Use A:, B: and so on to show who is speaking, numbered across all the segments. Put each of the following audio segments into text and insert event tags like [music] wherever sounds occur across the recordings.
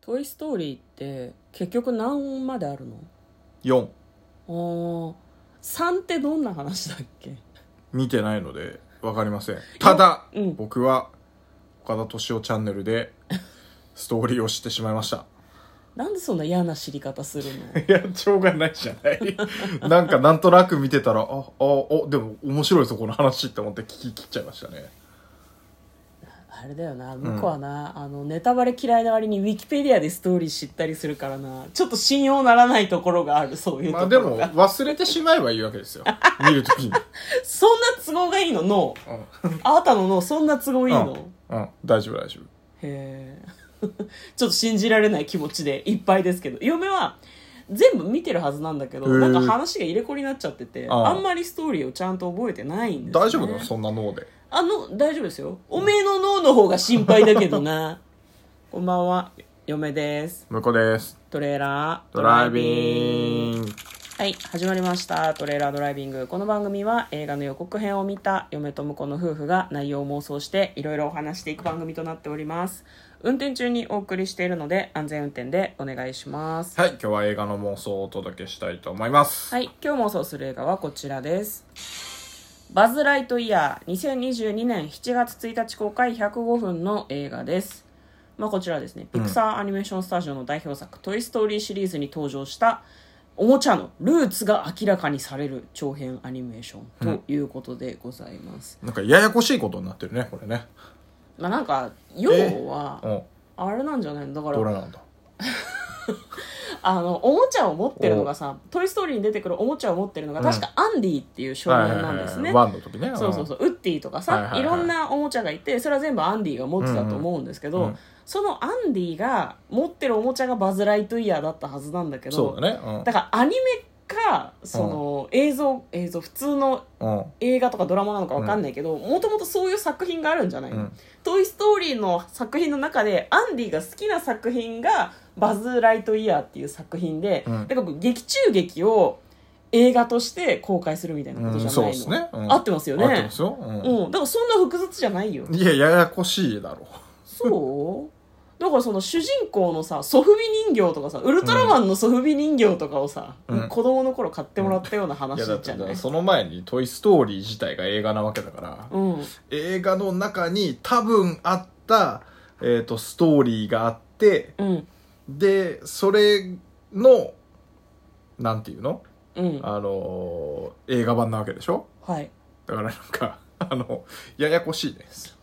A: トイ・ストーリーって結局何音まであるの
B: 4
A: あー3ってどんな話だっけ
B: 見てないので分かりませんただ、
A: うん
B: 僕は岡田斗司夫チャンネルでストーリーを知ってしまいました
A: なんでそんな嫌な知り方するの
B: [laughs] いやしょうがないじゃない [laughs] なんかなんとなく見てたらああおでも面白いぞこの話って思って聞き切っちゃいましたね
A: あれだよな向こうはな、あのネタバレ嫌いな割にウィキペディアでストーリー知ったりするからなちょっと信用ならないところがあるそういうと
B: ま
A: こ
B: あ
A: ろ
B: で
A: が、
B: も忘れてしまえばいいわけですよ見ると [laughs] きに、
A: [laughs] そんな都合がいいの脳
B: う [laughs]
A: あなたの脳そんな都合いいの、へ
B: ん、うん、大丈夫大丈夫
A: え [laughs] ちょっと信じられない気持ちでいっぱいですけど嫁は全部見てるはずなんだけど
B: へえ
A: なんか話が入れ子になっちゃってて
B: あ
A: あ
B: あ
A: んまりストーリーをちゃんと覚えてないんです、ね、
B: 大丈夫だよそんな脳で
A: あの、大丈夫ですよ。おめえの脳の方が心配だけど
B: [laughs]
A: な。こんばんは、嫁です。
B: 向こうです
A: トレーラード
B: ドライビング
A: はい、始まりました。トレーラードライビング。この番組は映画の予告編を見た嫁と婿の夫婦が内容を妄想していろいろお話していく番組となっております。運転中にお送りしているので安全運転でお願いします。
B: はい今日は映画の妄想をお届けしたいと思います、
A: はい、今日妄想する映画はこちらです。バズ・ライトイヤー2022年7月1日公開105分の映画です。まあ、こちらですね、ピクサーアニメーションスタジオの代表作「トイ・ストーリー」シリーズに登場したおもちゃのルーツが明らかにされる長編アニメーションということでございます。
B: なんかややこしいことになってるねこれね
A: まあ、なんか要
B: う
A: は
B: ん
A: あれなんじゃないのだか
B: どれ
A: ら
B: なんだ
A: あのおもちゃを持ってるのがさ「トイ・ストーリー」に出てくるおもちゃを持ってるのが確かアンディっていう少年なんですね。
B: ワンの時ね
A: そうそうそううウッディとかさ、
B: はいはい
A: い
B: はい
A: ろんなおもちゃがいてそれは全部アンディが持ってたと思うんですけど、
B: うんうんうん
A: そのアンディが持ってるおもちゃがバズ・ライトイヤーだったはずなんだけ
B: ん
A: ど
B: そうだねうん
A: だからアニメかその、映像映像普通の
B: うん
A: 映画とかドラマなのか分かんないけどもともとそういう作品があるんじゃないの、
B: うん
A: トイ・ストーリー」の作品の中でアンディが好きな作品が「バズ・ライトイヤー」っていう作品で、
B: うん
A: だから劇中劇を映画として公開するみたいなことじゃないの、
B: うんそうっすねうん
A: 合ってますよね
B: 合ってますよ、う
A: うん、だからそんな複雑じゃない
B: [laughs]
A: よ
B: ん、いやややこしいだろ
A: そうだからその主人公のさソフビ人形とかさウルトラマンのソフビ人形とかをさ、
B: うん
A: 子供の頃買ってもらったような話
B: いやだっ
A: じ
B: て
A: ゃない、
B: その前に「トイ・ストーリー」自体が映画なわけだから、
A: うん、
B: 映画の中に多分あった、えー、とストーリーがあって
A: うん
B: でそれのなんていうの、
A: うん
B: あのー映画版なわけでしょ
A: はい
B: だからなんかあのややこしいです、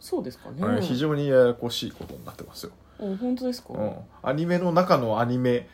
A: そうですかね、
B: あれ非常にややこしいことになってますよ、
A: うん、本当ですか、
B: うんアニメの中のアニメ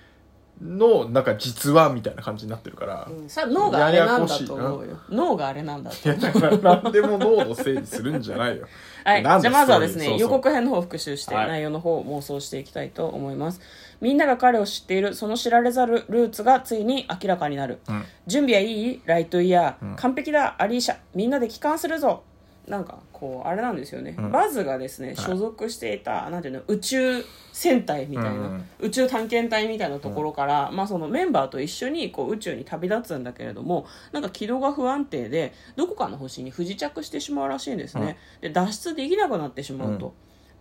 B: のなんか実話みたいな感じになってるから、
A: うんさ脳があれなんだと思うよ脳があれなんだと
B: いやだから何でも脳のせいにするんじゃないよ
A: はい、じゃ
B: な
A: あ
B: んで
A: まずはです
B: そう
A: ね
B: そう
A: 予告編の方を復習して
B: はい
A: 内容の方を妄想していきたいと思います、みんなが彼を知っているその知られざるルーツがついに明らかになる、
B: うん
A: 準備はいいライトイヤー、
B: うん
A: 完璧だアリーシャみんなで帰還するぞなんかこうあれなんですよね、
B: うん
A: バズがですね所属していた、なんていうの宇宙戦隊みたいな、
B: うんうん
A: 宇宙探検隊みたいなところから、まあ、そのメンバーと一緒にこう宇宙に旅立つんだけれどもなんか軌道が不安定でどこかの星に不時着してしまうらしいんですね、で脱出できなくなってしまうと、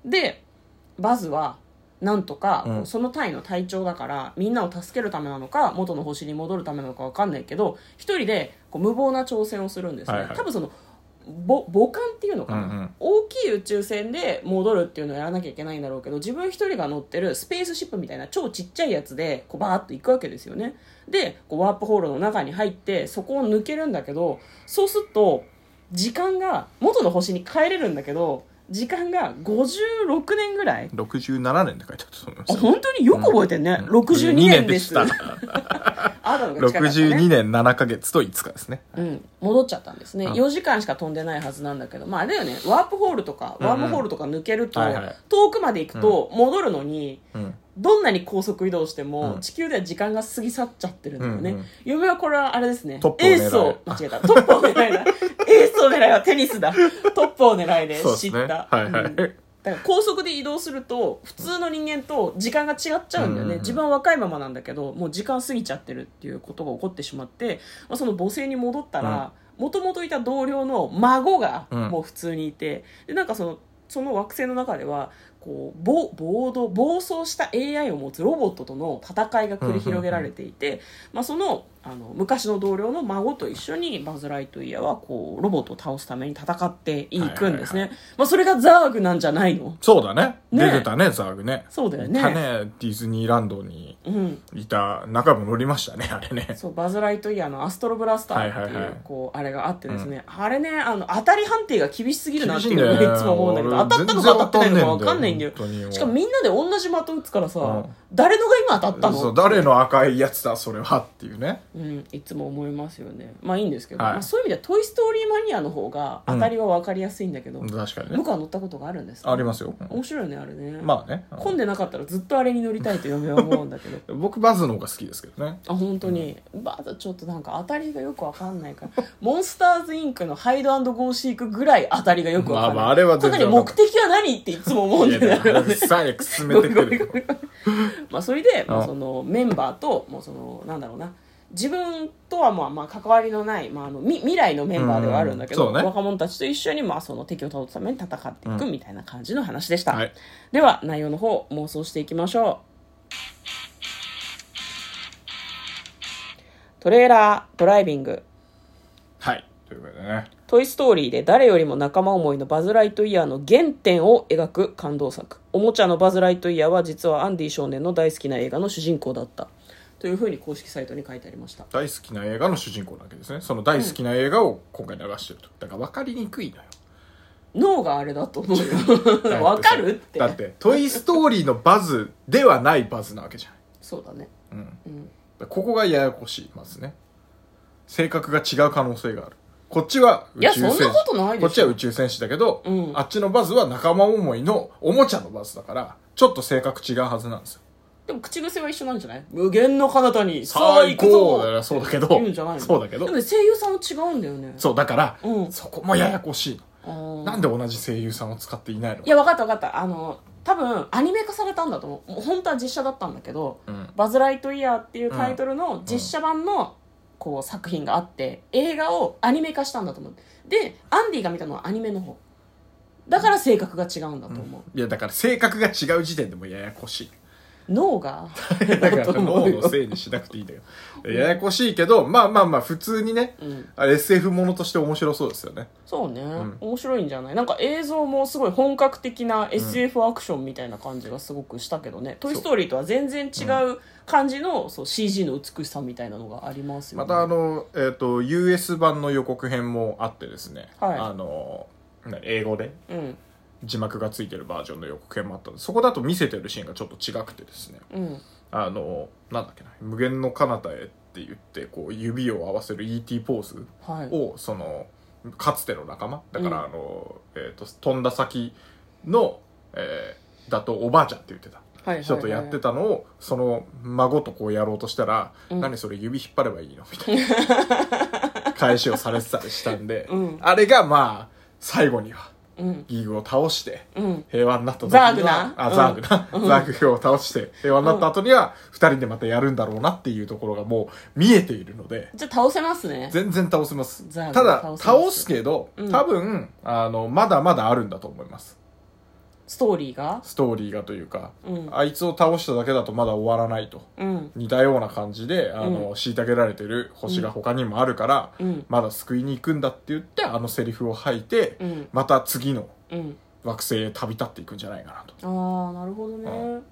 A: でバズはなんとか、
B: うん
A: その隊の隊長だからみんなを助けるためなのか元の星に戻るためなのかわかんないけど一人でこう無謀な挑戦をするんですね、
B: はいはい
A: 多分そのぼ母艦っていうのかな、
B: うんうん
A: 大きい宇宙船で戻るっていうのをやらなきゃいけないんだろうけど自分一人が乗ってるスペースシップみたいな超ちっちゃいやつでこうバーッと行くわけですよねでこうワープホールの中に入ってそこを抜けるんだけどそうすると時間が元の星に帰れるんだけど時間が56年ぐらい
B: 67年って書いてあったと思いま
A: あ
B: すよ
A: 本当によく覚えてんね、62年です
B: 62
A: あなたのが近かったね
B: 62年7ヶ月と5日ですね。
A: うん、戻っちゃったんですね、
B: うん
A: 4時間しか飛んでないはずなんだけどまああれだよねワープホールとか
B: うんうん
A: ワームホールとか抜けると、
B: はいはい
A: 遠くまで行くと戻るのに、
B: うん。
A: どんなに高速移動しても、
B: うん
A: 地球では時間が過ぎ去っちゃってるんだよね、
B: うんうん
A: 嫁はこれはあれですね
B: トップを狙
A: エ
B: え
A: ースを間違えたトップを狙いだエースを狙いはテニスだトップを狙いで
B: そうで
A: 知
B: す
A: っ
B: ね。
A: た
B: はいは
A: うんだ
B: い。
A: から高速で移動すると普通の人間と時間が違っちゃうんだよね、
B: うんうんうん
A: 自分は若いままなんだけどもう時間過ぎちゃってるっていうことが起こってしまって、まあ、その母性に戻ったらもともといた同僚の孫が
B: うん
A: もう普通にいて、でなんかそのその惑星の中ではこうぼ暴動暴走した AI を持つロボットとの戦いが繰り広げられていて、まあ、そのあの昔の同僚の孫と一緒にバズ・ライトイヤーはこうロボットを倒すために戦っていくんですね、
B: は
A: まあ、それがザーグなんじゃないの
B: そうだね。
A: ね
B: 出てたね、ザーグね。
A: そうだよね
B: いたね、ディズニーランドに
A: うん
B: いた中も乗りましたね、あれね。
A: そうバズ・ライトイヤーのアストロブラスターっていう,、
B: はいはいはい
A: こうあれがあってですね、あれねあの当たり判定が厳しすぎるなっていうの
B: 厳しいんだよ
A: がいつも思うんだけど
B: 俺
A: 当たったのか当たってないのか分かんないんだよ
B: 全然当たんねえんだよ
A: しかもみんなで同じ的打つからさ、
B: うん
A: 誰のが今当たったの
B: そう、誰の赤いやつだ、それはっていうね。
A: うん、いつも思いますよねまあいいんですけど、
B: はい
A: まあ、そういう意味では「トイ・ストーリー・マニア」の方が当たりは分かりやすいんだけど、
B: 確かにね
A: 僕。は乗ったことがあるんですか
B: ありますよ。うん
A: 面白いよねあれね、
B: まあね。うん
A: 混んでなかったらずっとあれに乗りたいと嫁は思うんだけ
B: [laughs]
A: ど
B: 僕、バズの方が好きですけどね。
A: あ本当に、バーとちょっとなんか当たりがよくわかんないからモンスターズインクのハイドゴーシークぐらい当たりがよくわかんない、
B: まあまああれは全然
A: かなり目的は何っていつも思うんだよねあれは [laughs] ね
B: さえくすめてくるよ。
A: まあそれで、ま
B: う
A: あ、
B: ん
A: そのメンバーともうそのなんだろうな自分とはまあまあ関わりのない、まあ、あのみ未来のメンバーではあるんだけ
B: う
A: ど、
B: んそうね
A: 若者たちと一緒にまあその敵を倒すために戦っていくみたいな感じの話でした、
B: はい
A: では内容の方妄想していきましょうトレーラードライビング
B: はい。ということでね。
A: 「トイ・ストーリー」で誰よりも仲間思いのバズ・ライトイヤーの原点を描く感動作おもちゃのバズ・ライトイヤーは実はアンディ少年の大好きな映画の主人公だったというふうに公式サイトに書いてありました
B: 大好きな映画の主人公なわけですね。その大好きな映画を今回流してると。だから分かりにくいのよ。
A: 脳があ [laughs] れだと思うよわかるって
B: だって「トイ・ストーリー」のバズではないバズなわけじゃない
A: そうだねうん
B: ここがややこしいまずね性格が違う可能性があるこっちは宇宙戦
A: いやそんなことないでしょ
B: こっちは宇宙戦士だけど、
A: うん
B: あっちのバズは仲間思いのおもちゃのバズだからちょっと性格違うはずなんですよ
A: でも口癖は一緒なんじゃない無限の彼方に
B: だよそうだけど
A: 言うんじゃないの
B: そうだけど
A: でもね声優さんは違うんだよね
B: そうだから、
A: うん
B: そこもややこしい
A: あー
B: のなんで同じ声優さんを使っていないの
A: いや分かった分かったあの多分アニメ化されたんだと思うもう本当は実写だったんだけど
B: うん
A: 「バズ・ライトイヤー」っていうタイトルの実写版のこう作品があって映画をアニメ化したんだと思うでアンディが見たのはアニメの方だから性格が違うんだと思う、
B: いやだから性格が違う時点でもうやや
A: [laughs]
B: こしい
A: 脳が
B: だから
A: [laughs] だと思
B: 脳
A: うよ
B: のせいにしなくていいんだよ。ややこしいけど、まあまあまあ、普通にね、
A: うん、
B: あ SF ものとして面白そうですよね。
A: そうね、
B: ん
A: 面白いんじゃないなんか映像もすごい本格的な SF アクションみたいな感じがすごくしたけどね「トイ・ストーリー」とは全然違う感じの、そう CG の美しさみたいなのがありますよね
B: またあの、えっ、と、US 版の予告編もあってですね、
A: はい
B: あの、な英語で
A: うん
B: 字幕がついてるバージョンの予告編もあったんで、そこだと見せてるシーンがちょっと違くてですね、
A: うん
B: あの、なんだっけな、無限の彼方へって言って、こう、指を合わせる ET ポーズ
A: はい
B: をそのかつての仲間だから、あのえー、と飛んだ先の、えーだとおばあちゃんって言ってた
A: はいはい
B: 人とやってたのをその孫とこうやろうとしたら「
A: うん
B: 何それ指引っ張ればいいの?」みたい
A: [laughs]
B: な返しをされてたりしたんで、
A: うん
B: あれがまあ最後には
A: うん
B: ギグを倒して
A: うん
B: 平和になった時に
A: ザ
B: は
A: ーグな
B: あ
A: うん
B: ザーグな、ザーグを倒して平和になった後には2人でまたやるんだろうなっていうところがもう見えているので。
A: じゃあ倒せますね
B: 全然倒せます
A: ザーグ
B: ただ
A: 倒せます
B: 倒すけど、
A: うん
B: 多分あのまだまだあるんだと思います
A: ストーリーが
B: ストーリーがというか、
A: うん
B: あいつを倒しただけだとまだ終わらないと
A: うん
B: 似たような感じであの、虐げられてる星が他にもあるから、
A: うん
B: まだ救いに行くんだって言ってあのセリフを吐いて、
A: うん
B: また次の
A: うん
B: 惑星へ旅立っていくんじゃないかなと
A: ああなるほどね、
B: う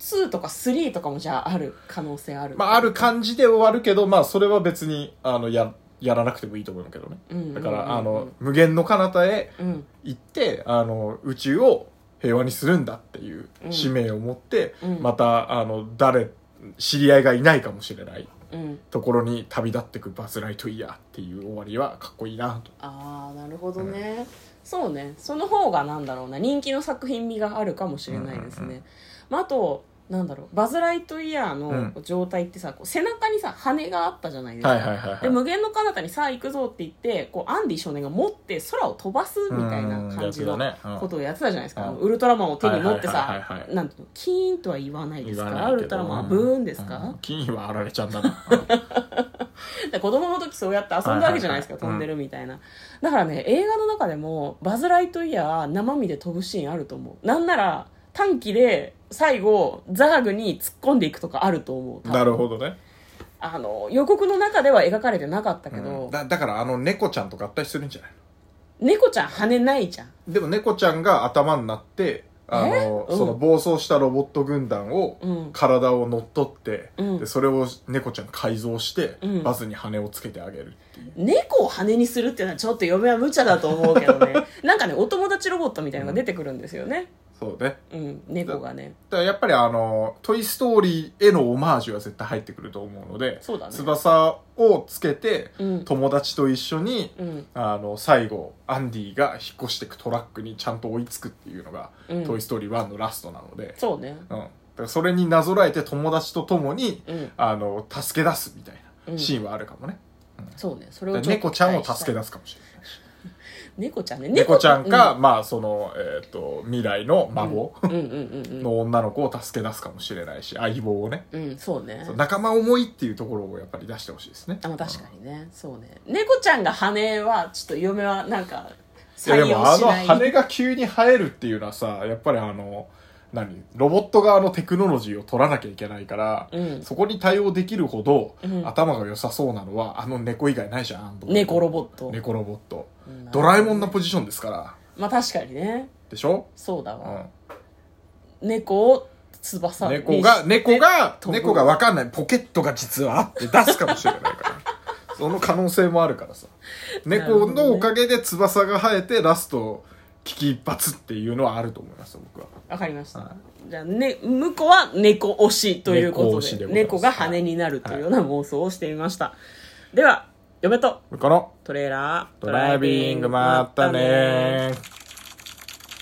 A: 2とか3とかもじゃあある可能性ある、
B: まあある感じで終わるけどまあそれは別にあのややらなくてもいいと思うんだけどね、
A: うんうんうんうん
B: だからあの無限の彼方へ
A: うん
B: 行ってあの宇宙を平和にするんだっていう
A: うん
B: 使命を持って、
A: うん
B: またあの誰知り合いがいないかもしれない
A: うん
B: ところに旅立ってくバズ・ライトイヤーっていう終わりはかっこいいなと
A: ああなるほどね、そうねその方がなんだろうな人気の作品味があるかもしれないですね、
B: うんうんう
A: まあ、あとなんだろうバズ・ライトイヤーの
B: う
A: 状態ってさ、こう背中にさ羽があったじゃないですか、
B: はいはいはいはい
A: で無限の彼方にさあ行くぞって言ってこうアンディ少年が持って空を飛ばすみたいな感じの
B: うんやつだねうん
A: ことをやってたじゃないですか、
B: うん
A: あのウルトラマンを手に持って
B: はいはいはい
A: さ
B: はいはい
A: なんていうのキーンとは言わないです
B: 言わ
A: か
B: ないけど
A: ウルトラマンはブーンですか、
B: [laughs] うん金はあられちゃんだな
A: で [laughs] 子供の時そうやって遊んだわけじゃないですか、
B: はいはい
A: 飛
B: はい
A: んでるみたいな、だからね映画の中でもバズ・ライトイヤー生身で飛ぶシーンあると思うなんなら短期で最後ザーグに突っ込んでいくとかあると思う多分
B: なるほどね、
A: あの予告の中では描かれてなかったけ
B: うん
A: ど、
B: だだからあの猫ちゃんと合体するんじゃない
A: 猫ちゃん羽ないじゃん
B: のでも猫ちゃんが頭になってあの、
A: えうん
B: その暴走したロボット軍団を、
A: うん
B: 体を乗っ取って、
A: うん
B: でそれを猫ちゃん改造して、
A: うん
B: バズに羽をつけてあげるっていう
A: 猫を羽にするっていうのはちょっと嫁は無茶だと思うけ
B: [laughs]
A: どねなんかねお友達ロボットみたいなのが出てくるんですよね
B: そうね
A: うん猫がね
B: だからやっぱりあの「トイ・ストーリー」へのオマージュは絶対入ってくると思うので
A: そうだね
B: 翼をつけて、
A: うん
B: 友達と一緒に、
A: うん
B: あの最後アンディが引っ越していくトラックにちゃんと追いつくっていうのが「
A: うん
B: トイ・ストーリー1」のラストなので、
A: そうね
B: うん、だからそれになぞらえて友達と共に、
A: うん
B: あの助け出すみたい
A: うん
B: なシーンはあるかもね、
A: そうねそれ
B: だ
A: を
B: から猫ちゃんを助け
A: だ
B: 出すかもしれないし
A: 猫ちゃんね
B: 猫ちゃんか、まあその、えっと未来の孫
A: うんうんうん
B: の女の子を助け出すかもしれないし相棒をね
A: うんうんそうね
B: そう仲間思いっていうところをやっぱり出してほしいですね
A: あまあ確かにねそうね猫ちゃんが羽はちょっと嫁はなんか
B: いや
A: 採
B: で
A: 用
B: もあ
A: し
B: の
A: ない
B: 羽が急に生えるっていうのはさやっぱりあの何ロボット側のテクノロジーを取らなきゃいけないから、
A: うん
B: そこに対応できるほど、
A: うん
B: 頭が良さそうなのはあの猫以外ないじゃんアンドロイド
A: 猫ロボット
B: 猫ロボット
A: うん
B: ドラえもんのポジションですから
A: まあ確かにね
B: でしょ、
A: そうだ
B: う
A: わ
B: ん、
A: 猫を翼に
B: 猫が、猫が、
A: 飛ぶ
B: 猫が分かんない。ポケットが実はあって出すかもしれない
A: [laughs]
B: から。その可能性もあるからさ。猫のおかげで翼が生えて、ラスト、危機一髪っていうのはあると思います、僕は。
A: わかりました、
B: は
A: じゃあ、ね、向こうは猫推しということ
B: 猫推
A: で
B: しで
A: 猫
B: ございます
A: が羽になるというような妄想をしてみました、では嫁と
B: この、
A: トレーラー
B: ドライビング、まったねー。